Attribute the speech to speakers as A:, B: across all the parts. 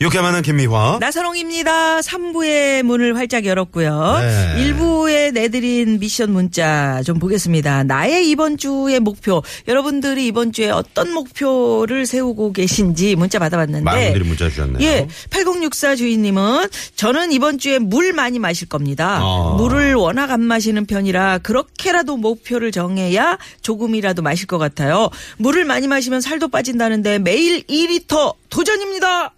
A: 유쾌한 만남 김미화.
B: 네. 나선홍입니다. 3부의 문을 활짝 열었고요.
A: 네.
B: 1부에 내드린 미션 문자 좀 보겠습니다. 나의 이번 주의 목표. 여러분들이 이번 주에 어떤 목표를 세우고 계신지 문자 받아봤는데.
A: 많은 분들이 문자 주셨네요.
B: 예. 8064 주인님은 저는 이번 주에 물 많이 마실 겁니다.
A: 아.
B: 물을 워낙 안 마시는 편이라 그렇게라도 목표를 정해야 조금이라도 마실 것 같아요. 물을 많이 마시면 살도 빠진다는데 매일 2리터
A: 아.
B: 도전입니다.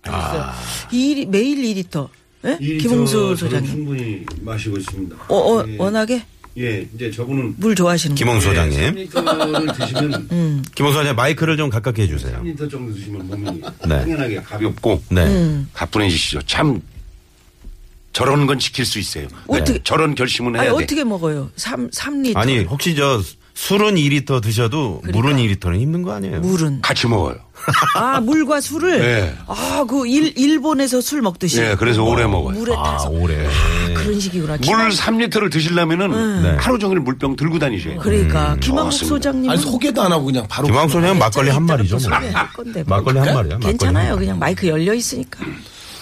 B: 이 매일 2리터. 예?
C: 이
B: 김홍수
C: 저- 저는
B: 소장님.
C: 충분히 마시고 있습니다.
B: 어, 어,
C: 예,
B: 워낙에
C: 예, 이제 저분은
B: 물 좋아하시는
D: 예,
B: 거.
A: 김홍수
C: 예.
A: 소장님.
C: 3리터를 드시면
B: 음.
A: 김홍수 소장님 마이크를 좀 가깝게 해주세요.
D: 음.
C: 3리터 정도 드시면 몸이
A: 네.
C: 당연하게 가볍고
A: 네.
B: 음.
C: 가뿐해지시죠. 참 저런 건 지킬 수 있어요.
A: 네.
B: 어떻게-
C: 저런 결심은
B: 아니
C: 해야 돼.
B: 어떻게 먹어요? 3 3리터.
A: 아니 혹시 저 술은 2리터 드셔도 물은 2리터는 힘든 거 아니에요?
B: 그러니까. 물은
C: 같이 먹어요.
B: 아, 물과 술을
A: 네.
C: 예.
B: 아, 그 일, 일본에서 술 먹듯이
C: 예, 그래서 오래 먹어요.
B: 음. 물에
A: 아
B: 타서
A: 오래.
B: 그런 식이구나. 김-
C: 물 3리터를 드시려면은
A: 네.
C: 하루 종일 물병 들고 다니셔야 돼요.
B: 음. 그러니까
A: 음,
B: 김한국
C: 좋습니다.
B: 소장님
E: 아니 소개도 안 하고 그냥 바로
A: 김홍수 소장님 막걸리 한 마리죠. 뭐.
B: 할 건데 뭐.
A: 막걸리 한 마리야. 막걸리
B: 괜찮아요.
A: 한 마리.
B: 그냥 마이크 열려 있으니까.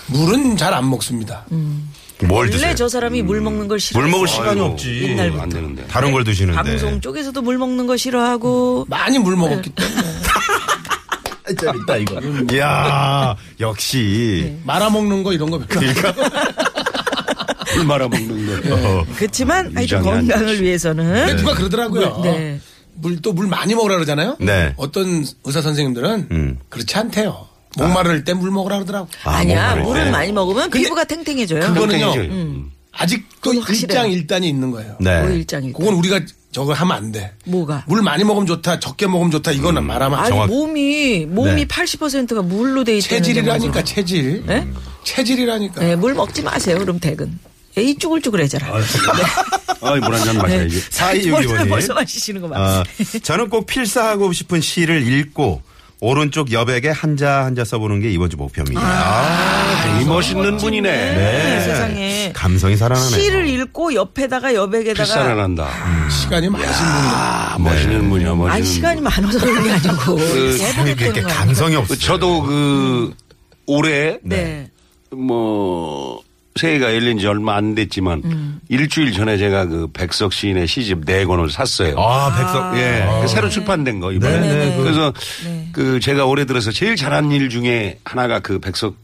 E: 물은 잘 안 먹습니다.
B: 음.
A: 뭘 음,
B: 원래
A: 드세요?
B: 저 사람이 물 먹는 걸 싫어.
A: 물 먹을 시간이 없지.
C: 안 되는데.
A: 다른 걸 드시는데.
B: 네, 방송 쪽에서도 물 먹는 거 싫어하고
E: 많이 물 먹었기 때문에
A: 있다 이거. 이야 역시.
E: 말아 먹는 거 그러니까 이런 거
A: 그러니까,
E: 별로 안
C: 물 말아 먹는
B: 네.
C: 거.
A: 어.
B: 그렇지만 하여튼
C: 위장이 안
B: 건강을
C: 좋지.
B: 위해서는
A: 네.
E: 근데 누가 그러더라고요.
B: 네.
E: 물 또 물 많이 먹으라 그러잖아요.
A: 네.
E: 어떤 의사 선생님들은
A: 음.
E: 그렇지 않대요. 목마를 때 물 먹으라 그러더라고.
A: 아,
B: 아니야
A: 뭐 그래.
B: 물을 많이 먹으면
E: 근데
B: 피부가 탱탱해져요.
E: 그거는요.
C: 탱탱해져요.
E: 아직도
B: 음. 그건 확실해요.
E: 일장 일단이 있는 거예요.
B: 뭐
A: 음. 네.
B: 일장이
E: 그건 우리가 저거 하면 안 돼.
B: 뭐가?
E: 물 많이 먹으면 좋다, 적게 먹으면 좋다 이거는 말하면 안
B: 아니
E: 돼.
A: 음. 정확-
B: 몸이 몸이
A: 네.
B: 80%가 물로 돼 있다는
E: 체질이라니까
B: 거죠.
E: 체질.
B: 네?
E: 체질이라니까.
B: 네, 물 먹지 마세요. 그럼 퇴근. 에이 쭈글쭈글해져라.
C: 아이, 물 한 잔 마셔야지.
B: 벌써
A: 4262번님.
B: 벌써 마시시는 거 봐.
A: 아, 저는 꼭 필사하고 싶은 시를 읽고 오른쪽 여백에 한자 한자 써보는 게 이번 주 목표입니다.
B: 아,
C: 이 멋있는 분이네.
B: 네, 세상에
A: 감성이 살아나네요.
B: 시를 읽고 옆에다가
C: 필사를
B: 여백에다가
C: 한다.
E: 시간이 많으신 분이네.
C: 아, 멋있는 분이야, 멋있는
B: 아, 아니
C: 분.
B: 시간이 많아서 그런 게 아니고
A: 아니,
B: 세번을
A: 이렇게
B: 떠는 거야.
A: 감성이 없어요.
C: 저도 그 올해
B: 네.
C: 뭐 새해가 열린 지 얼마 안 됐지만
A: 음.
C: 일주일 전에 제가 그 백석 시인의 시집 네 권을 샀어요.
A: 아 백석
C: 예, 그 새로 출판된 거 이번에.
A: 네네, 그-
C: 그래서 그 제가 올해 들어서 제일 잘한 일 중에 하나가 그 백석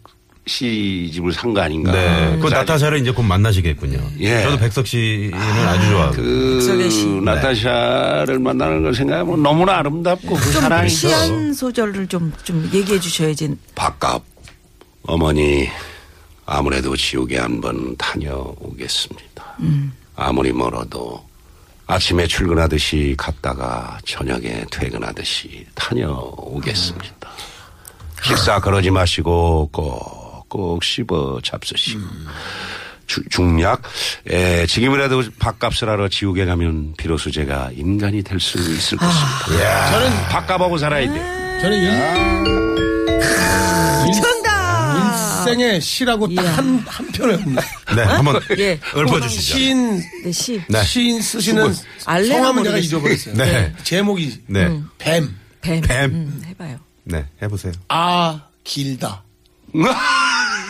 C: 시집을 산 거 아닌가.
A: 네. 그
C: 그래서 아직
A: 나타샤를 이제 곧 만나시겠군요.
C: 예.
A: 저도 백석 씨는 아, 주 좋아하고.
B: 백석의 시.
C: 그
A: 네.
C: 나타샤를 만나는 걸 생각하면 너무나 아름답고 그 사랑이
B: 시한 소절을 좀, 좀 얘기해 주셔야지.
C: 바깥 어머니 아무래도 지옥에 한번 다녀오겠습니다. 아무리 멀어도 아침에 출근하듯이 갔다가 저녁에 퇴근하듯이 다녀오겠습니다. 식사 그러지 마시고 꼭꼭 씹어 잡수시고 주- 중략 예, 지금이라도 밥값을 하러 지옥에 가면 비로소 제가 인간이 될 수 있을 것입니다.
E: 저는
C: 밥값하고 살아야 돼.
E: 저는 일,
B: 정답!
E: 일생에 시라고 딱 한 한 편을 봅니다.
A: 네,
C: 아,
A: 한번
B: 예.
A: 읊어주시죠.
E: 시인
B: 네, 시.
A: 네.
E: 시인 쓰시는
B: 알레나
E: 성함은
B: 모르겠어요.
E: 제가
B: 음.
E: 잊어버렸어요.
A: 네.
E: 제목이
A: 네,
E: 뱀,
B: 뱀.
A: 뱀.
B: 음, 해봐요.
A: 네, 해보세요.
E: 아 길다.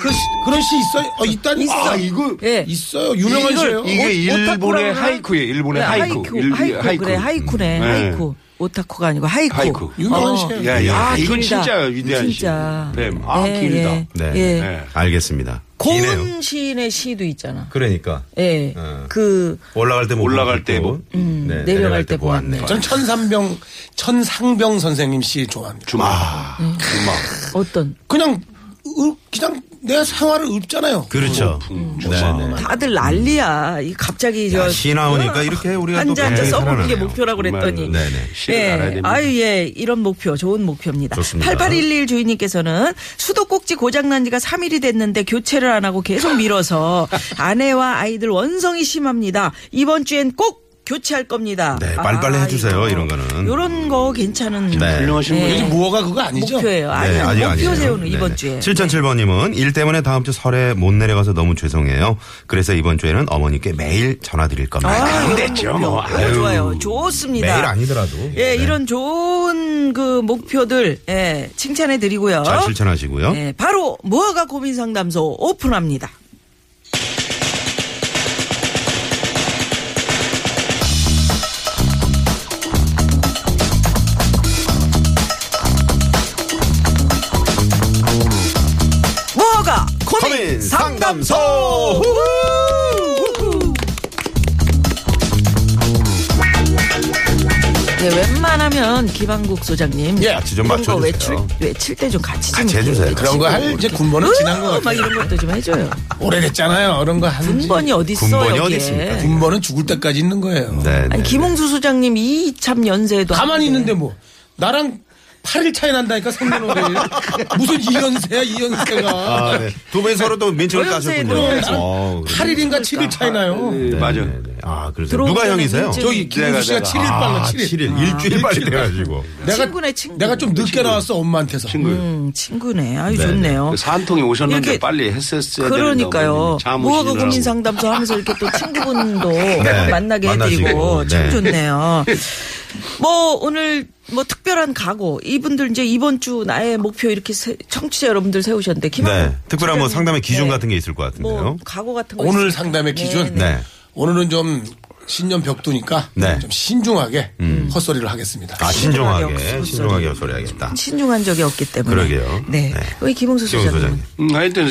E: 그 시- 그런 시 있어요? 어, 있다니?
B: 있어.
E: 아, 이거
B: 예.
E: 있어요. 유명한 시예요.
C: 이게 일본의 하이쿠예요. 일본의 하이쿠. 일-
B: 네, 하이쿠.
C: 하이쿠.
B: 그래, 하이쿠네.
C: 음.
B: 하이쿠. 오타쿠가 아니고 하이쿠.
C: 하이쿠.
E: 유명한 시예요.
C: 야, 야,
B: 아,
C: 이건
B: 길다.
C: 진짜 위대한
B: 진짜.
C: 시. 뱀. 아,
B: 예,
C: 길다.
B: 예.
A: 네,
B: 예.
C: 네.
A: 알겠습니다. 기네요.
B: 고은 시인의 시도 있잖아.
A: 그러니까
B: 예.
A: 어.
B: 그,
A: 올라갈 때 못,
C: 올라갈
A: 보았고,
C: 때 못,
A: 음, 네,
B: 내려갈 때 보았네.
E: 전 천상병 천상병 선생님 시 좋아합니다.
C: 주마. 주마.
B: 어떤.
E: 그냥 으, 그냥 내 생활을 읊잖아요.
A: 그렇죠.
C: 음,
A: 네네.
B: 다들 난리야. 이 갑자기 저
A: 시 나오니까 이렇게 우리가 또
B: 한자 한자
A: 굉장히
B: 써보는 게
A: 살아나네요.
B: 목표라고 그랬더니.
A: 정말로. 네네.
C: 시를 알아야 됩니다.
B: 아유, 예. 이런 목표, 좋은 목표입니다.
A: 좋습니다.
B: 8811 주인님께서는 수도꼭지 고장난 지가 3일이 됐는데 교체를 안 하고 계속 밀어서 아내와 아이들 원성이 심합니다. 이번 주엔 꼭 교체할 겁니다.
A: 네, 빨리빨리 해주세요, 이런 거는.
B: 이런 거 괜찮은
A: 네.
C: 훌륭하신
B: 네.
C: 분이죠.
E: 요즘 무허가 그거 아니죠?
B: 목표예요. 아니,
A: 네, 아직
B: 목표
A: 아니에요.
B: 세우는 이번
A: 네네.
B: 주에.
A: 7007번님은 일 때문에 다음 주 설에 못 내려가서 너무 죄송해요. 그래서 이번 주에는 어머니께 매일 전화드릴 겁니다.
B: 아, 이런
C: 됐죠,
B: 목표.
C: 뭐.
B: 아유,
C: 아유.
B: 좋아요. 좋습니다.
A: 매일 아니더라도. 네.
B: 예, 이런 좋은 그 목표들 예, 칭찬해 드리고요.
A: 잘 실천하시고요.
B: 예, 바로 무허가 고민 상담소 오픈합니다. 무허가 고민
A: 고민 상담소!
B: 상담소. 우후! 네, 웬만하면 김한국 소장님
E: 예.
A: 같이 좀
B: 이런 거 외출
A: 맞춰주세요.
B: 외칠 때 좀 같이 좀
A: 같이 해주세요.
E: 그런 거 할 이제 군번은 지난 거
B: 으, 어? 막
E: 같아요.
B: 이런 것도 좀 해줘요.
E: 오래됐잖아요. 그런 거 하는지.
B: 군번이 어디 있어?
A: 군번이
B: 여기에.
A: 어디 있습니까?
E: 군번은 죽을 때까지 있는 거예요.
A: 네,
B: 아니
A: 네.
B: 김홍수 소장님 이 참 연세도
E: 가만히
B: 안 돼.
E: 있는데 뭐 나랑 8일 차이 난다니까 생년월일 무슨 이연세야 이연세가
A: 아, 네. 두 분이 서로 또 민증을
B: 어려운데,
A: 따셨군요.
B: 네.
A: 어, 그래.
E: 8일인가 7일 차이 나요.
C: 네, 맞아.
A: 네, 네. 아, 그래서
B: 들어오기
A: 누가
B: 전에
A: 형이세요?
B: 민증.
E: 저기 김수 씨가
C: 내가-
E: 7일 빨라
A: 아,
E: 7일.
A: 7일. 일주일 빨리 돼가지고.
E: 내가
B: 친구네, 친구.
E: 내가 좀 늦게 나왔어 엄마한테서.
C: 친구.
B: 음, 친구네. 아유
A: 네,
B: 좋네요.
C: 그 산통이 오셨는데
B: 이렇게-
C: 빨리 했었어야
B: 그러니까요.
C: 되는데 어머님이
B: 무허가
C: 잠
B: 고민
C: 오시느라고.
B: 상담소 하면서 이렇게 또 친구분도 네, 만나게
A: 네, 만나시고,
B: 해드리고 참
A: 네.
B: 좋네요. 뭐 오늘 뭐 특별한 각오 이분들 이제 이번 주 나의 목표 이렇게 세- 청취자 여러분들 세우셨는데 김
A: 네. 특별한 뭐 상담의 기준
B: 네.
A: 같은 게 있을 것 같은데요.
B: 뭐 각오 같은 거
E: 오늘
B: 있-
E: 상담의 기준.
A: 네. 네.
E: 오늘은 좀 신년 벽두니까
A: 네. 음.
E: 좀 신중하게 헛소리를 하겠습니다.
A: 아,
B: 신중하게
A: 신중하게,
B: 헛소리.
A: 신중하게 헛소리하겠다.
B: 신중한 적이 없기 때문에
A: 그러게요.
B: 네.
A: 네.
B: 우리
A: 김홍수
B: 김홍수 소장님.
A: 소장님.
C: 음, 하여튼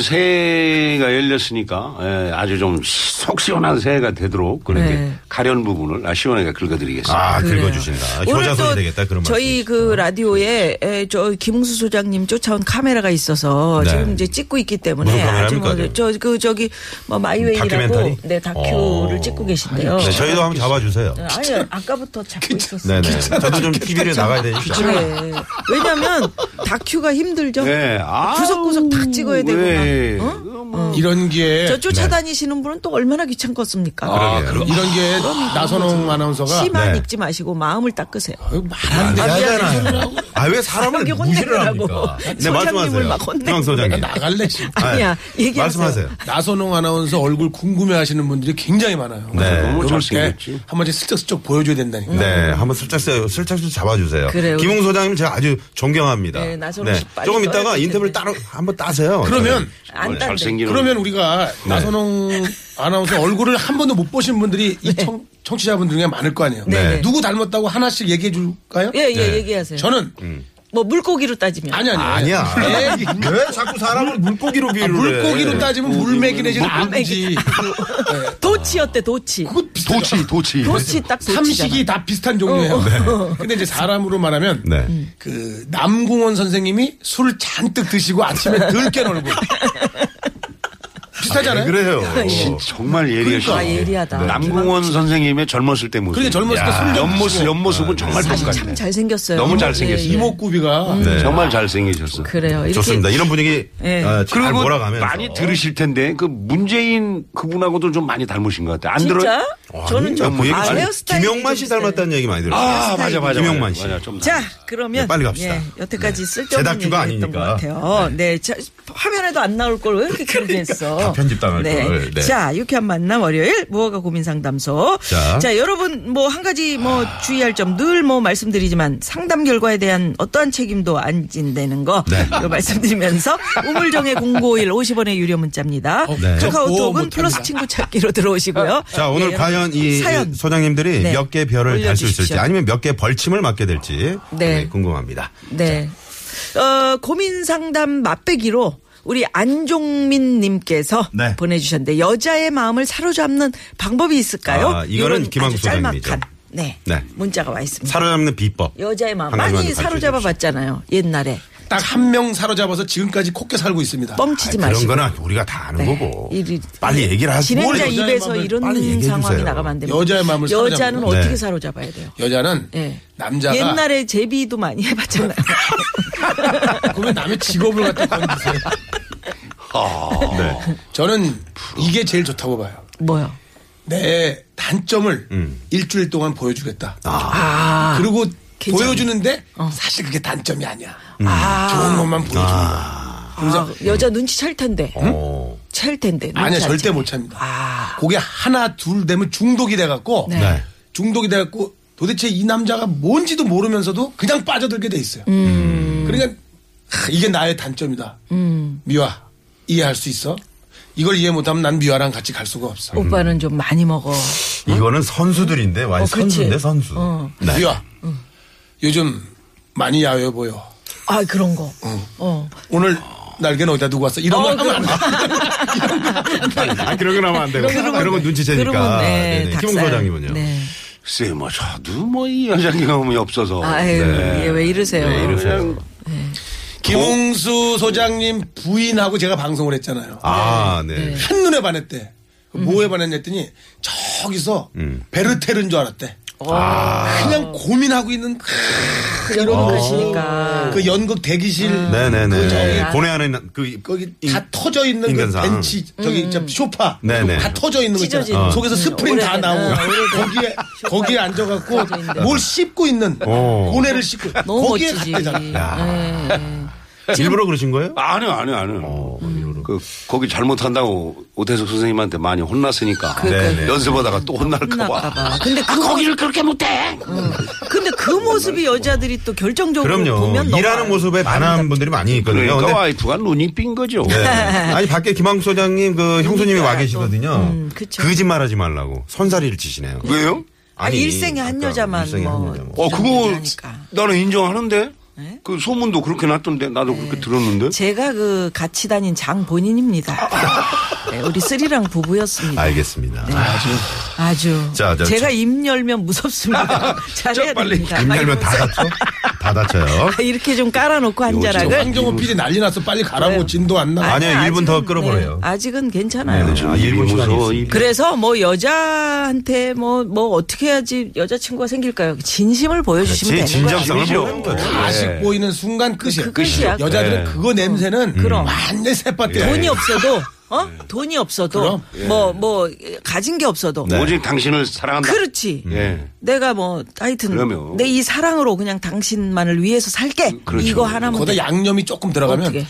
C: 새해가 열렸으니까 예, 아주 좀 속 시원한 새해가 되도록 그렇게
B: 네.
C: 가려운 부분을 아, 시원하게 긁어드리겠습니다.
A: 아,
B: 그래요.
A: 긁어주신다.
B: 오늘 또
A: 효자손이 되겠다. 그런 말씀.
B: 저희 그 라디오에 에, 저 김웅수 소장님 쫓아온 카메라가 있어서
A: 네.
B: 지금 이제 찍고 있기 때문에
A: 무슨 카메라입니까, 지금?
B: 저그 저기 뭐 마이웨이라고
A: 다큐멘터리?
B: 네 다큐를
A: 어.
B: 찍고 계신데요.
A: 네, 저희도 한번 잡아주세요.
B: 아니 아까부터 잡고 있었어요.
A: 네네. 저도 좀 TV를 나가야 되니까.
B: 네. 왜냐면 다큐가 힘들죠.
A: 네,
C: 예, 아우,
B: 구석구석 다 찍어야 되고 막,
C: 예.
B: 어?
C: 그거 뭐
E: 이런 기회에
A: 네.
B: 저 쫓아다니시는 분은 또 얼마나 귀찮겠습니까?
E: 아, 그럼 이런 기회에 나선홍 아나운서가
B: 시만
A: 네. 아,
B: 읽지 마시고 마음을 닦으세요.
E: 말안 돼.
A: 하잖아. 아, 왜 사람을
B: 이렇게
A: 무시를
B: 혼내느라고.
A: 합니까? 네,
B: 소장님을
A: 말씀하세요.
B: 막 혼내고
A: 김 소장님.
E: 나갈래 지금.
B: 아니야, 얘기하세요.
A: 말씀하세요.
E: 나선홍 아나운서 얼굴 궁금해하시는 분들이 굉장히 많아요.
A: 네.
C: 너무
E: 요럴 때
C: 잘생겼지.
E: 한 번씩 슬쩍슬쩍 보여줘야 된다니까.
A: 네, 한번 슬쩍 슬쩍 슬쩍 잡아주세요.
B: 아. 그래요.
A: 김웅 소장님 제가 아주 존경합니다.
B: 네, 나선홍 씨 빨리
A: 조금
B: 떠야
A: 이따가
B: 될
A: 인터뷰를 따로 한번 따세요. 네.
E: 그러면
B: 안 딴데.
C: 잘생기는
E: 그러면 우리가 나선홍 아나운서 얼굴을 한 번도 못 보신 분들이
B: 네.
E: 이 청, 청취자분들 중에 많을 거 아니에요.
A: 네.
E: 누구 닮았다고 하나씩 얘기해 줄까요?
B: 예예 얘기하세요.
E: 저는
B: 뭐 물고기로 따지면
E: 아니 아니
A: 음.
E: 예.
A: 아니야. 네, 왜 자꾸 사람을 물고기로 비유를 해?
E: 물고기로 따지면 물맥이 내지 암지
B: 도치였대 도치.
E: 그거 비슷해요.
C: 도치.
B: 도치 딱 어, 도치잖아.
E: 삼식이 다 비슷한 종류예요. 네. 근데 이제 사람으로 말하면
A: 네.
E: 그 남궁원 선생님이 술 잔뜩 드시고 아침에 덜 깨는 얼굴. 비슷하잖아요.
A: 예,
E: 어.
A: 그래요.
B: 예.
C: 정말 예리하시네.
B: 그러니까 예리하다.
C: 남궁원 선생님의 젊었을 때 모습.
E: 그러니까 젊었을 때술
C: 야,
E: 좀
C: 옆모습,
E: 드시고.
C: 옆모습은 정말
B: 아, 참
C: 똑같네.
B: 잘생겼어요.
C: 너무 잘생겼어요.
B: 예, 예.
E: 이목구비가
A: 네.
C: 정말 잘생기셨어.
B: 그래요. 아, 이렇게
A: 좋습니다. 이런 분위기
B: 네.
A: 어, 잘
C: 그리고
A: 몰아가면서
C: 많이 들으실 텐데 그 문재인 그분하고도 좀 많이 닮으신 것 같아요. 안
B: 진짜?
C: 들어요?
B: 저는
A: 아니요.
B: 좀
A: 그 얘기
B: 아,
A: 많이-
B: 헤어스타일이
A: 김영만
B: 좀
A: 씨
B: 있어요.
A: 닮았다는 얘기 많이 들었어요.
C: 아 맞아 맞아.
A: 김영만
C: 맞아,
A: 씨.
C: 맞아, 좀
B: 자
C: 닮-
B: 그러면
A: 네, 빨리 갑시다.
B: 예, 여태까지
A: 제
B: 쓸데없는
A: 다큐가
B: 얘기했던 것
A: 아니니까.
B: 같아요. 네, 자, 화면에도 안 나올 걸 왜 이렇게 길게 했어?
A: 그러니까. 다 편집당할 걸. 네.
B: 자 유쾌한 만남 월요일 무허가 고민 상담소.
A: 자. 아.
B: 여러분 뭐 한 가지 뭐 주의할 점 늘 뭐 말씀드리지만 상담 결과에 대한 어떠한 책임도 안 진다는 거
A: 네.
B: 이거 말씀드리면서 우물정의 051 50원의 유료 문자입니다.
A: 네.
E: 보호
B: 카카오톡은
E: 못합니다.
B: 플러스 친구 찾기로 들어오시고요.
A: 자, 오늘
B: 예,
A: 과연 이
B: 사연
A: 소장님들이
B: 네.
A: 몇 개 별을 달 수 있을지
B: 올려주십시오.
A: 아니면 몇 개 벌침을 맞게 될지
B: 네.
A: 네, 궁금합니다.
B: 네. 어, 고민 상담 맛배기로 우리 안종민 님께서
A: 네.
B: 보내주셨는데 여자의 마음을 사로잡는 방법이 있을까요?
A: 아, 이거는
B: 요런
A: 김항수
B: 아주 짤막한,
A: 소장님이죠.
B: 네.
A: 네.
B: 문자가 와 있습니다.
A: 사로잡는 비법.
B: 여자의 마음
A: 한 가지만
B: 많이
A: 더 가르쳐
B: 사로잡아
A: 주십시오.
B: 봤잖아요. 옛날에.
E: 딱 한 명 사로잡아서 지금까지 콧게 살고 있습니다.
B: 뻥치지
A: 아, 그런
B: 마시고. 네.
A: 거는 아, 우리가 다 아는 거고.
B: 이-
A: 빨리 얘기를 하시고
B: 진행자
E: 뭘 여자의
B: 입에서
E: 마음을
A: 빨리
B: 이런
A: 얘기해
B: 상황이
A: 주세요.
B: 나가면 안 됩니다.
E: 여자의 마음을
B: 여자는
E: 사로잡는구나.
B: 어떻게
A: 네.
B: 사로잡아야 돼요?
E: 여자는
B: 예.
E: 남자가
B: 옛날에 제비도 많이 해봤잖아요.
E: 그러면 남의 직업을 갖다 건드세요.
A: 아.
E: 네. 저는 이게 제일 좋다고 봐요.
B: 뭐요?
E: 내 단점을 일주일 동안 보여주겠다.
B: 음. 아,
E: 그리고
B: 괜찮네. 어.
E: 보여주는데 사실 그게 단점이 아니야.
B: 아,
E: 좋은 것만 보여주는 거야. 그래서
B: 아, 여자 눈치 챌 텐데.
A: 어.
B: 챌 텐데. 눈치
E: 아니야
B: 안
E: 절대
B: 채네.
E: 못 찹니다.
B: 아.
E: 그게 하나 둘 되면 중독이 돼갖고
B: 네.
A: 네.
E: 중독이 돼갖고 도대체 이 남자가 뭔지도 모르면서도 그냥 빠져들게 돼
B: 음.
E: 있어요. 그러니까 하, 이게 나의 단점이다.
B: 음.
E: 미화 이해할 수 있어? 이걸 이해 못하면 난 미화랑 같이 갈 수가 없어.
A: 음.
B: 오빠는 좀 많이 먹어.
A: 이거는 선수들인데, 완전
B: 어, 그렇지.
A: 선수인데, 선수.
B: 어.
A: 네.
E: 미화 요즘 많이 야외 보여.
B: 아 그런 거. 어.
E: 오늘 날개는 어디다 두고 왔어? 이런
B: 어,
E: 거 하면 안 돼.
A: 아, 그런 건 하면 안 되고.
B: 그런 건-
A: 그런 건 눈치채니까.
B: 그러면, 네,
A: 네네.
B: 닭살.
A: 김웅 소장님은요.
B: 네.
C: 글쎄, 뭐, 저도 뭐, 이 여자 경험이 없어서. 네.
B: 아유, 예, 왜 이러세요?
A: 네, 이러세요.
C: 그냥
E: 김홍수 소장님 부인하고 제가 방송을 했잖아요.
A: 아, 네.
E: 한눈에 반했대. 그
B: 음.
E: 뭐에 반했냐 했더니 저기서 베르테르인 줄 알았대. 그냥 고민하고 있는 그,
B: 이런 아. 것이니까. 음.
E: 그 연극 대기실
A: 네네네. 고뇌하는 그
E: 거기 다
A: 인-
E: 터져 있는 그
A: 인간상.
E: 벤치 저기 저 쇼파
A: 네네.
E: 다 터져 있는 거
B: 음. 찢어진.
E: 있잖아. 속에서
B: 음,
E: 스프링 다
B: 오래된,
E: 나오고
B: 어, 오래된
E: 거기에
B: 쇼파
E: 거기에
B: 터져 있는데. 어.
E: 앉아갖고 뭘 씹고 있는
A: 오.
E: 고뇌를 씹고
B: 너무
E: 거기에
B: 멋지지. 네.
E: 갔대잖아.
A: 일부러 그러신 거예요?
C: 아니요, 아니요, 아니요.
A: 어,
C: 그, 거기 잘못한다고 오태석 선생님한테 많이 혼났으니까.
A: 그러니까요.
C: 연습하다가 또 혼날까봐.
B: 혼날까봐. 근데
C: 아, 거기를 그렇게 못해!
B: 근데 그 모습이 여자들이 또 결정적으로 보면
A: 그럼요.
B: 너무
A: 일하는
B: 안-
A: 모습에 반하는 분들이 많이 있거든요.
C: 그러니까
A: 근데
C: 와이프가 눈이 삔 거죠.
A: 네. 아니 밖에 김항수 소장님 그 형수님이 와 계시거든요.
B: 음, 그쵸.
A: 거짓말하지 말라고 선사리를 치시네요.
C: 왜요?
B: 아니, 일생에 한
A: 아까
B: 여자만
A: 일생에 한
B: 뭐.
A: 여자 뭐.
C: 어, 그거
B: 하니까. 네?
C: 나는 인정하는데. 그 소문도 그렇게 났던데 나도 그렇게 들었는데.
B: 제가 그 같이 다닌 장 본인입니다. 네, 우리 쓰리랑 부부였습니다.
A: 알겠습니다. 아주
B: 아주.
A: 자, 자,
B: 제가
A: 저-
B: 입 열면 무섭습니다. 잘해야 됩니다.
A: 입열면 다 다쳐? 다 다쳐요.
B: 아, 이렇게 좀 깔아놓고 한 자락을.
E: 황정호 PD 난리 났어. 빨리 가라고
B: 네.
E: 진도 안 나와.
A: 아니요, 일분 더 끌어보래요.
B: 아직은 괜찮아요.
A: 네, 네. 아, 일본 시간이 있습니다.
B: 그래서 뭐 여자한테 뭐 뭐 어떻게 해야지 여자친구가 생길까요? 진심을 보여주시면
A: 제
B: 되는
A: 진정성을
C: 거죠.
A: 보는 거예요.
E: 아직 보이는 순간 끝이야.
B: 그 끝이야.
E: 여자들은
C: 네.
E: 그거 냄새는 완전 새빨대.
B: 거예요. 돈이 없어도 어
C: 예.
B: 돈이 없어도 뭐 뭐 가진 게 없어도
C: 오직 당신을 사랑한다.
B: 그렇지.
C: 예.
B: 내가 뭐 하여튼
C: 그럼요.
B: 내 이 사랑으로 그냥 당신만을 위해서 살게
C: 그렇죠.
B: 이거 하나만
E: 거기다 양념이 조금 들어가면
B: 어떻게?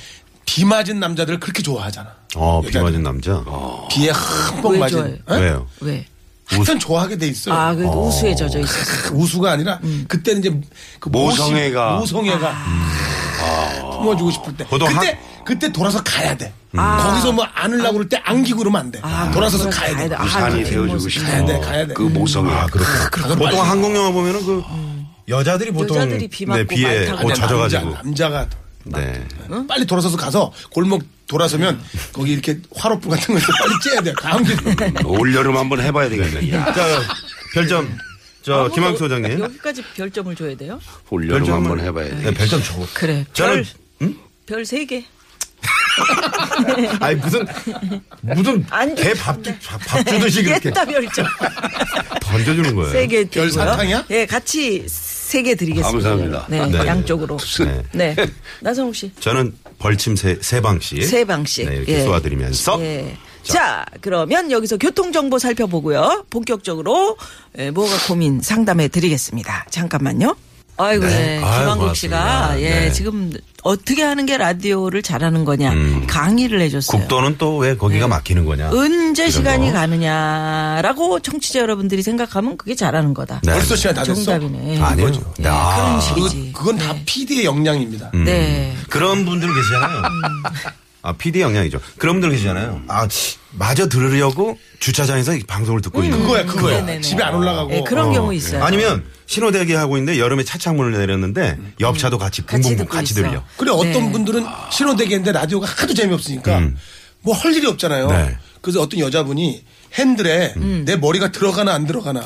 E: 비 맞은 남자들을 그렇게 좋아하잖아.
A: 어, 비 맞은 남자.
E: 비에 흠뻑
B: 왜
E: 맞은. 어?
A: 왜요?
B: 왜?
E: 하여튼 좋아하게 돼 있어요.
B: 아, 음. 그래도 우수에 젖어 있었어.
E: 크, 우수가 아니라 그때는 이제 그 모시-
C: 모성애가.
E: 모성애가
B: 아.
E: 아. 품어주고 싶을 때.
A: 그것도
E: 그때
A: 한-
E: 그때 돌아서 가야 돼. 거기서 뭐 안으려고 그럴 때 안기고 그러면 안 돼. 돌아서서 가야 돼.
B: 아,
C: 산이
B: 그
C: 되어주고
B: 모습.
C: 싶어.
E: 가야 돼, 가야 돼.
B: 네.
C: 그 모성애.
A: 아, 보통 한국 영화 보면은 그 여자들이 보통
B: 여자들이 비 맞고 말
A: 비에
B: 타고
A: 어,
E: 아니야,
A: 젖어가지고.
E: 남자, 남자가
A: 네.
E: 빨리 돌아서서 가서 골목 돌아서면 거기 이렇게 화로불 같은 거에서 빨리 쬐야
A: 네.
E: 돼. 감기.
C: 올 여름 한번 해봐야 되겠네. 야,
A: 자, 별점.
B: 아,
A: 저 어,
B: 뭐,
A: 김항수 소장님.
B: 여기까지 별점을 줘야 돼요?
C: 올 여름 한번 해봐야 돼.
A: 네, 별점 줘.
B: 그래.
A: 저는
B: 별 세 개.
A: 아니 무슨 무슨
B: 안 주-
A: 개밥밥 주듯이 그렇게
B: 깼다 별점.
A: 던져주는 거예요.
B: 세 개.
E: 별
B: 드리고요.
E: 사탕이야?
B: 예, 같이 세 개 드리겠습니다.
C: 감사합니다.
B: 네,
A: 네.
B: 양쪽으로.
A: 네.
B: 네. 나선홍 씨.
A: 저는 벌침 세, 세 방씩.
B: 세 방씩.
A: 네, 이렇게
B: 예.
A: 쏘아드리면서.
B: 예. 자, 그러면 여기서 교통정보 살펴보고요. 본격적으로 예, 뭐가 고민 상담해 드리겠습니다. 잠깐만요. 아이고,
A: 네.
B: 예.
A: 아유, 고맙습니다.
B: 김한국 씨가 예,
A: 네.
B: 지금 어떻게 하는 게 라디오를 잘하는 거냐 강의를 해줬어요.
A: 음. 국도는 또 왜 거기가 막히는 거냐.
B: 언제
A: 이런
B: 예. 시간이
A: 거.
B: 가느냐라고 청취자 여러분들이 생각하면 그게 잘하는 거다. 그
A: 네.
E: 벌써 시간 다 됐어.
B: 정답이네.
A: 아니요.
B: 예,
A: 아.
B: 그런
E: 그,
B: 식이지.
E: 그건 다 PD의 역량입니다.
A: 그, 음.
B: 네.
A: 그런 분들 계시잖아요.
B: 음.
A: 아, PD 영향이죠. 그런 분들 계시잖아요. 아, 마저 들으려고 주차장에서 이 방송을 듣고 있는 어.
E: 그거야, 그거야.
B: 음, 네네네.
E: 집에 안 올라가고.
B: 예, 그런 경우 있어요.
A: 아니면 신호 대기하고 있는데 여름에 차 창문을 내렸는데 옆 차도 같이
B: 같이
A: 붕붕붕
B: 듣고
A: 같이
B: 있어.
A: 들려.
E: 그래
B: 네.
E: 어떤 분들은 신호대기인데 라디오가 하도 재미없으니까 뭐 할 일이 없잖아요.
A: 음. 네. 음.
E: 그래서 어떤 여자분이 핸들에 내 머리가 들어가나 안 들어가나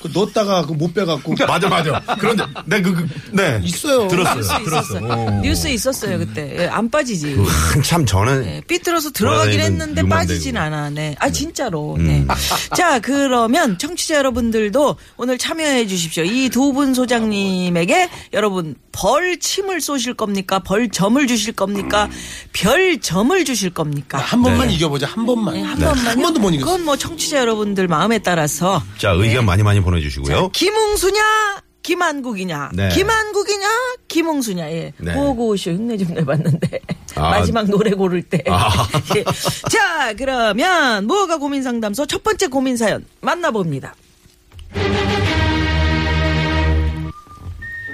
E: 그 넣었다가 그못 빼갖고
A: 맞아 맞아. 그런데 내그
B: 음.
A: 그, 네.
E: 있어요.
B: 뉴스
A: 아, 들었어요.
B: 있었어요.
A: 오.
B: 뉴스 있었어요 그때 예, 안 빠지지.
A: 한참 전에
B: 네, 삐뚤어서 들어가긴
A: 돌아다니던
B: 했는데
A: 유망대고.
B: 빠지진 않아. 네. 아, 진짜로. 네. 자, 그러면 청취자 여러분들도 오늘 참여해 주십시오. 이 두 분 소장님에게 여러분 벌침을 쏘실 겁니까? 벌점을 주실 겁니까? 별점을 주실 겁니까?
E: 한 번만 이겨보자 한 번만
B: 네, 한 번만요.
E: 한 번도 못 이겼어
B: 그건 뭐 청취자 여러분들 마음에 따라서
A: 자
B: 네.
A: 의견 많이 많이 보내주시고요.
B: 김웅수냐? 김한국이냐?
A: 네.
B: 김한국이냐? 김웅수냐? 예.
A: 네.
B: 고고쇼 흉내 좀 내봤는데.
A: 아.
B: 마지막 노래 고를 때.
A: 아.
B: 예. 자, 그러면 무허가 고민 상담소 첫 번째 고민 사연 만나봅니다.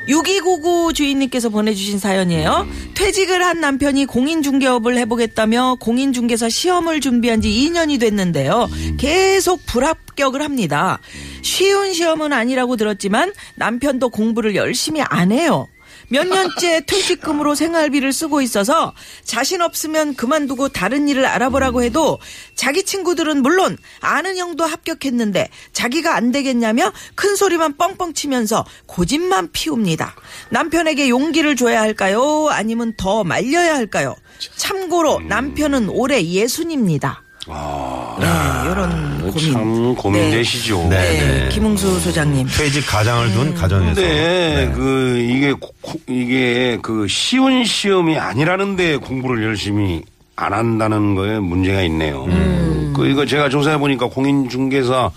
B: 6299 주인님께서 보내주신 사연이에요. 퇴직을 한 남편이 공인중개업을 해보겠다며 공인중개사 시험을 준비한 지 2년이 됐는데요. 계속 불합격을 합니다. 쉬운 시험은 아니라고 들었지만 남편도 공부를 열심히 안 해요. 몇 년째 퇴직금으로 생활비를 쓰고 있어서 자신 없으면 그만두고 다른 일을 알아보라고 해도 자기 친구들은 물론 아는 형도 합격했는데 자기가 안 되겠냐며 큰 소리만 뻥뻥 치면서 고집만 피웁니다. 남편에게 용기를 줘야 할까요? 아니면 더 말려야 할까요? 참고로 남편은 올해 예순입니다. 네, 이런 고민.
C: 참 고민되시죠.
B: 네. 네, 김웅수 소장님.
A: 퇴직 가장을
B: 음.
A: 둔 가정에서
B: 네.
C: 근데 그 이게 고- 고- 이게 그 쉬운 시험이 아니라는데 공부를 열심히 안 한다는 거에 문제가 있네요. 그 이거 제가 조사해 보니까 공인중개사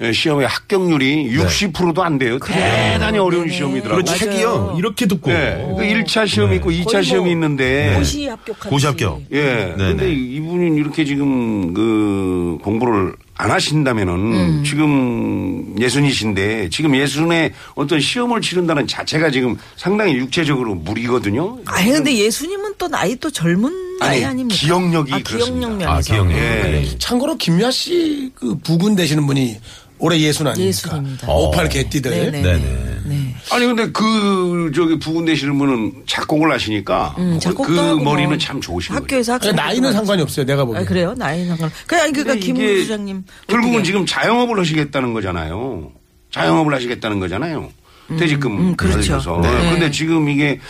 C: 예, 시험의 합격률이 60%도 안 돼요. 대단히 어려운 시험이더라고요.
A: 그리고 책이요 이렇게 두꺼워.
C: 네. 그 1차 시험이 있고 2차
B: 거의 뭐
C: 시험이 있는데
A: 네.
B: 고시 합격하듯이.
A: 고시 합격.
C: 예. 근데
A: 네네.
C: 이분이 이렇게 지금 그 공부를 안 하신다면은
B: 음.
C: 지금 예순이신데 지금 예순에 어떤 시험을 치른다는 자체가 지금 상당히 육체적으로 무리거든요.
B: 아니 근데 예수님은 또 나이 또 젊은 나이
C: 아니,
B: 아닙니까
C: 기억력이
B: 아,
C: 그렇습니다.
B: 기억력 면에서.
A: 아 기억력.
B: 네.
C: 예.
E: 참고로 김미아 씨 그 부군 되시는 분이 올해 예순 아닙니까 어,
B: 예순입니다.
E: 오팔 개띠들
B: 네네.
A: 네네.
B: 네.
C: 아니 근데 그 저기 부군 되시는 분은 작곡을 하시니까
B: 음,
C: 그,
B: 작곡도
C: 그
B: 하고 뭐
C: 머리는 참 좋으신 거예요.
B: 학교에서
E: 그러니까
B: 학생
E: 나이는 상관이 없어요 내가 보기엔
B: 네. 아, 그래요? 나이는 상관. 그냥 아니, 그러니까
C: 근데 네, 이게
B: 김 소장님
C: 결국은
B: 어떻게-
C: 지금 자영업을 하시겠다는 거잖아요. 자영업을 하시겠다는 거잖아요. 퇴직금
B: 음, 그렇죠.
C: 받으셔서.
B: 네.
C: 근데 지금 이게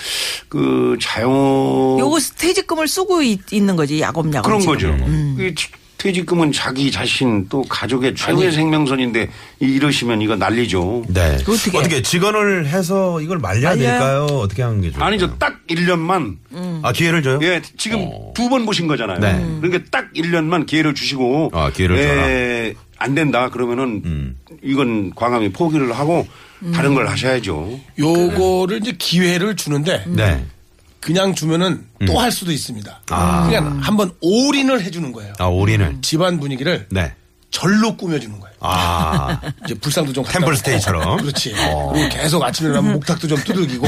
C: 그 자영업
B: 요거 퇴직금을 쓰고 있, 는 거지 야곱야곱.
C: 뭐 아, 그런
B: 지금.
C: 거죠. 음. 이 퇴- 퇴직금은 자기 자신 또 가족의 최후의 생명선인데 이- 이러시면 이거 난리죠.
A: 네.
B: 그거 어떻게 해?
A: 어떻게 직원을 해서 이걸 말려야
B: 말려요?
A: 될까요? 어떻게 하는 게 좋을까요?
C: 아니죠. 딱 1년만.
E: 음.
A: 아 기회를 줘요?
C: 예, 지금 두 번 보신 거잖아요.
A: 어. 네. 음.
C: 그러니까 딱 1년만 기회를 주시고.
A: 아, 기회를 음.
C: 예, 안 된다. 그러면은 이건 광함이 포기를 하고 다른 걸 하셔야죠.
A: 음.
E: 요거를 이제 기회를 주는데
B: 음.
A: 네.
E: 그냥 주면은
A: 음.
E: 또 할 수도 있습니다 그냥 한번 올인을 해주는 거예요
A: 아 올인을.
E: 집안 분위기를
A: 네.
E: 절로 꾸며주는 거예요
A: 아
E: 이제 불상도 좀 갖다
A: 템플
E: 놓고.
A: 스테이처럼. 어. 네,
E: 그렇지 그리고 계속 아침에 일어나면 목탁도 좀 두들기고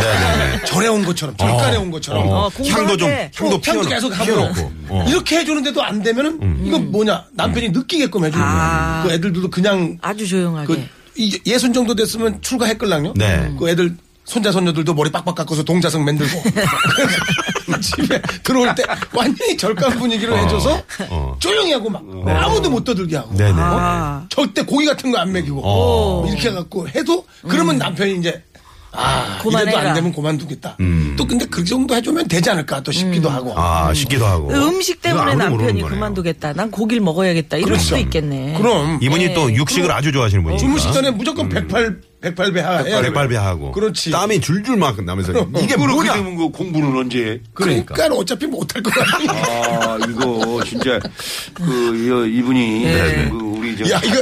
E: 절에 온 것처럼 절간에 온 것처럼
A: 어,
B: 어,
A: 향도 좀
B: 공부할 때
A: 향도
E: 어, 향도
A: 피워놓-
E: 계속 하고
A: 피워놓고. 음. 어.
E: 이렇게 해주는데도 안 되면은 이건 뭐냐 남편이 느끼게끔 해주는
B: 아.
E: 거예요. 그 애들도 그냥
B: 아주 네. 조용하게.
E: 그 이- 예순 정도 됐으면 출가했걸랑요.
A: 네.
E: 그 애들 손자 손녀들도 머리 빡빡 깎아서 동자성 만들고 집에 들어올 때 완전히 절간 분위기로 해줘서
A: 어.
E: 조용히 하고 막 아무도 못 떠들게 하고 어?
A: 네네.
B: 아.
E: 절대 고기 같은 거 안 먹이고
A: 어.
E: 이렇게 해갖고 해도 그러면 남편이 이제
B: 음.
E: 아
B: 그만해라.
E: 이래도 안 되면 그만두겠다. 또 근데 그 정도 해주면 되지 않을까 또 싶기도
B: 음.
E: 하고.
A: 음. 아 쉽기도 하고.
B: 그
C: 뭐?
B: 음식 때문에
A: 이건 아무도 모르는
B: 남편이
A: 거네요. 그렇죠.
B: 그만두겠다. 난 고기를 먹어야겠다. 이럴 수도 있겠네.
E: 그럼
A: 이분이
B: 예.
A: 또 육식을 아주 좋아하시는 분이니까. 음.
E: 어, 주무시기 전에 무조건 108 108배 해야 돼요.
A: 백발배하고.
E: 그렇지.
A: 땀이 줄줄 막 나면서 이게
C: 그렇게
A: 뭐냐?
C: 되면 그 공부는 언제 해?
E: 그러니까. 어차피 못할 거 아니야.
C: 아, 이거 진짜 그 이- 이분이 그 우리 저
E: 야 이거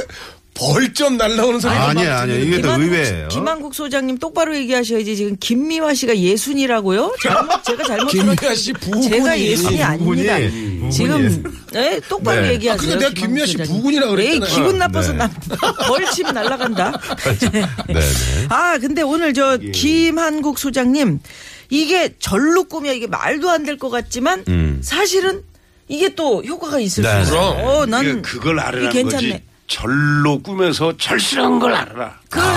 E: 벌점 날라오는 소리.
A: 아니 아니 이게 또
B: 김한국 소-
A: 의외예요.
B: 김한국 소장님 똑바로 얘기하셔야지 지금 김미화 씨가 예순이라고요? 잘못 제가 잘못
E: 김미아
B: 들었-
E: 씨 부군이.
B: 제가 예순이
A: 아, 부군이.
B: 아닙니다.
A: 부군이
B: 지금 예, 똑바로
A: 네.
B: 얘기하세요.
E: 아, 근데 내가 김미아 씨 부군이라 그랬잖아요.
B: 에이, 기분 나빠서
A: 네.
B: 나 벌침 날라간다.
A: 네네.
B: 아 근데 오늘 저 김한국 소장님 이게 절로 꾸며 이게 말도 안 될 것 같지만
A: 음.
B: 사실은 이게 또 효과가 있을
A: 네.
B: 수
A: 그럼.
B: 있어요. 어,
C: 이게
B: 난
C: 그걸
B: 이게
C: 알아라는
B: 괜찮네.
C: 거지. 절로 꾸며서 절실한 걸 알아라.
B: 그렇죠.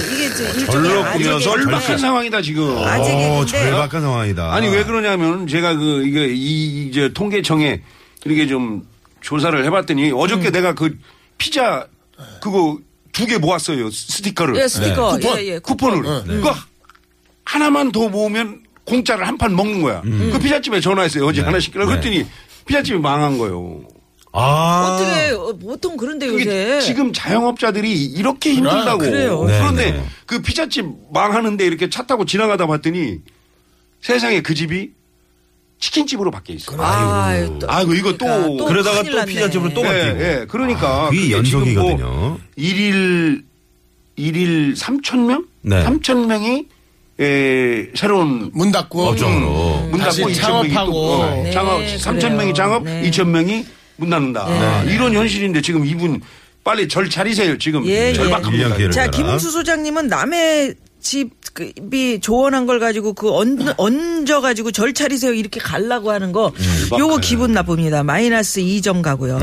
B: 예, 이게 이제 일종의
A: 절로 꾸며서
B: 아재 개그인데
C: 절박한 상황이다 지금.
B: 아재
A: 어,
B: 개그인데.
A: 절박한 상황이다.
C: 아니 왜 그러냐면 제가 그 이게 이 이제 통계청에 이렇게 좀 조사를 해봤더니
B: 음.
C: 어저께 내가 그 피자 그거 두 개 모았어요 스티커를
B: 예, 스티커.
E: 네.
B: 예, 예.
C: 쿠폰을 그거 하나만 더 모으면 공짜를 한 판 먹는 거야.
B: 음.
C: 그 피자집에 전화했어요
B: 네.
C: 어제 하나 시키라 그랬더니 피자집이 망한 거예요.
A: 아.
B: 어떻게 어, 보통 그런데
C: 그게
B: 요새
C: 지금 자영업자들이 이렇게 힘들다고.
B: 그래요.
A: 네,
C: 그런데
A: 네.
C: 그 피자집 망하는데 이렇게 차 타고 지나가다 봤더니 세상에 그 집이 치킨집으로 바뀌어 있어요.
B: 아유, 또.
C: 아이고 이거 또
B: 그러니까 또
A: 그러다가
B: 큰일
A: 또
B: 났네.
A: 피자집으로 또
C: 예,
A: 바뀌고.
C: 예. 그러니까
A: 아, 그게
C: 그게 지금
A: 연속이거든요.
C: 뭐 일일 일일 3천 명?
A: 네.
C: 3천 명이 에, 새로운
E: 문 닫고 음,
A: 법정으로.
C: 문
E: 다시
C: 닫고 2천 명이 또
E: 창업하고.
C: 어,
B: 네,
C: 창업 3천
B: 그래요.
C: 명이 창업,
B: 네.
C: 2천 명이 문 닫는다. 아, 이런 현실인데 지금 이분 빨리 절 차리세요. 지금
B: 예, 예.
A: 일
C: 절박합니다.
A: 년 기회를
B: 자,
A: 줘라.
B: 김웅수 소장님은 남의 집이 조언한 걸 가지고 그 얹, 얹어가지고 절 차리세요 이렇게 갈라고 하는 거 요거
A: 네.
B: 기분 나쁩니다. 마이너스 2점
A: 음.
B: 가고요.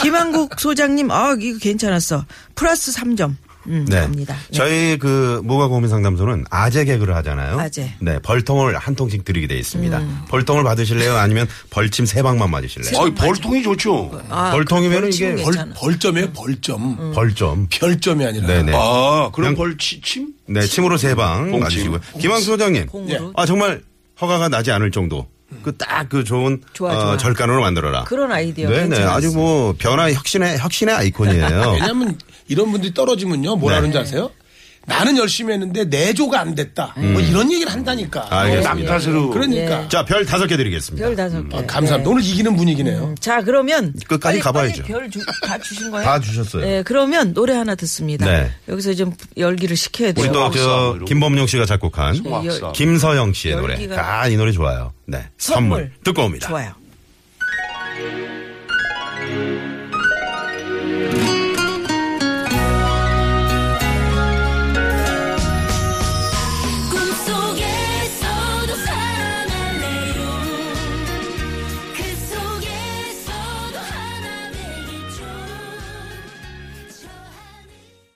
B: 김한국 소장님 아 이거 괜찮았어. 플러스 3점 음, 갑니다. 네.
A: 저희 그 모가 고민 상담소는 아재 개그를 하잖아요.
B: 아재. 음.
A: 네, 벌통을 한 통씩 드리게 돼 있습니다. 벌통을 받으실래요? 아니면 벌침 세 방만 맞으실래요?
C: 어이 벌통이 좋죠.
B: 아,
A: 벌통이면 이게
B: 벌침이
A: 벌,
B: 괜찮아. 음.
E: 벌점이에요 벌점
A: 벌점.
E: 별점이 아니라
A: 네네.
C: 아,
A: 그냥-
C: 그럼 벌치침?
A: 네, 침으로 세 방
C: 봉침. 예.
A: 맞으시고요. 김항수 소장님.
B: 콩으로?
A: 아, 정말 허가가 나지 않을 정도. 그 딱 그 좋은
B: 좋아,
A: 어,
B: 좋아.
A: 절간으로 만들어라.
B: 그런 아이디어
A: 네네.
B: 괜찮았어.
A: 아주 뭐 변화 혁신의 혁신의 아이콘이에요.
E: 왜냐면 이런 분들이 떨어지면요
A: 어. 네.
E: 뭐라는지 아세요? 나는 열심히 했는데 내조가 안 됐다 뭐 이런 얘기를 한다니까
C: 남
A: 음. 알겠습니다.
C: 탓으로.
B: 그렇죠.
E: 그러니까
B: 예.
A: 자, 별 다섯 개 드리겠습니다.
B: 별 다섯 개.
E: 아, 감사합니다 오늘 이기는 분위기네요
B: 자 그러면
A: 끝까지
B: 빨리,
A: 음, 가봐야죠.
B: 빨리 별 주, 다 주신 거예요?
A: 다 주셨어요.
B: 네, 그러면 노래 하나 듣습니다.
A: 네.
B: 여기서 좀 열기를 식혀야 돼요.
A: 우리
C: 또
A: 또저 김범용 씨가 작곡한
C: 송악사.
A: 김서영 씨의
B: 아, 열기가-
A: 노래. 아, 이 노래 좋아요. 네.
B: 선물.
A: 선물. 듣고 옵니다.
B: 좋아요.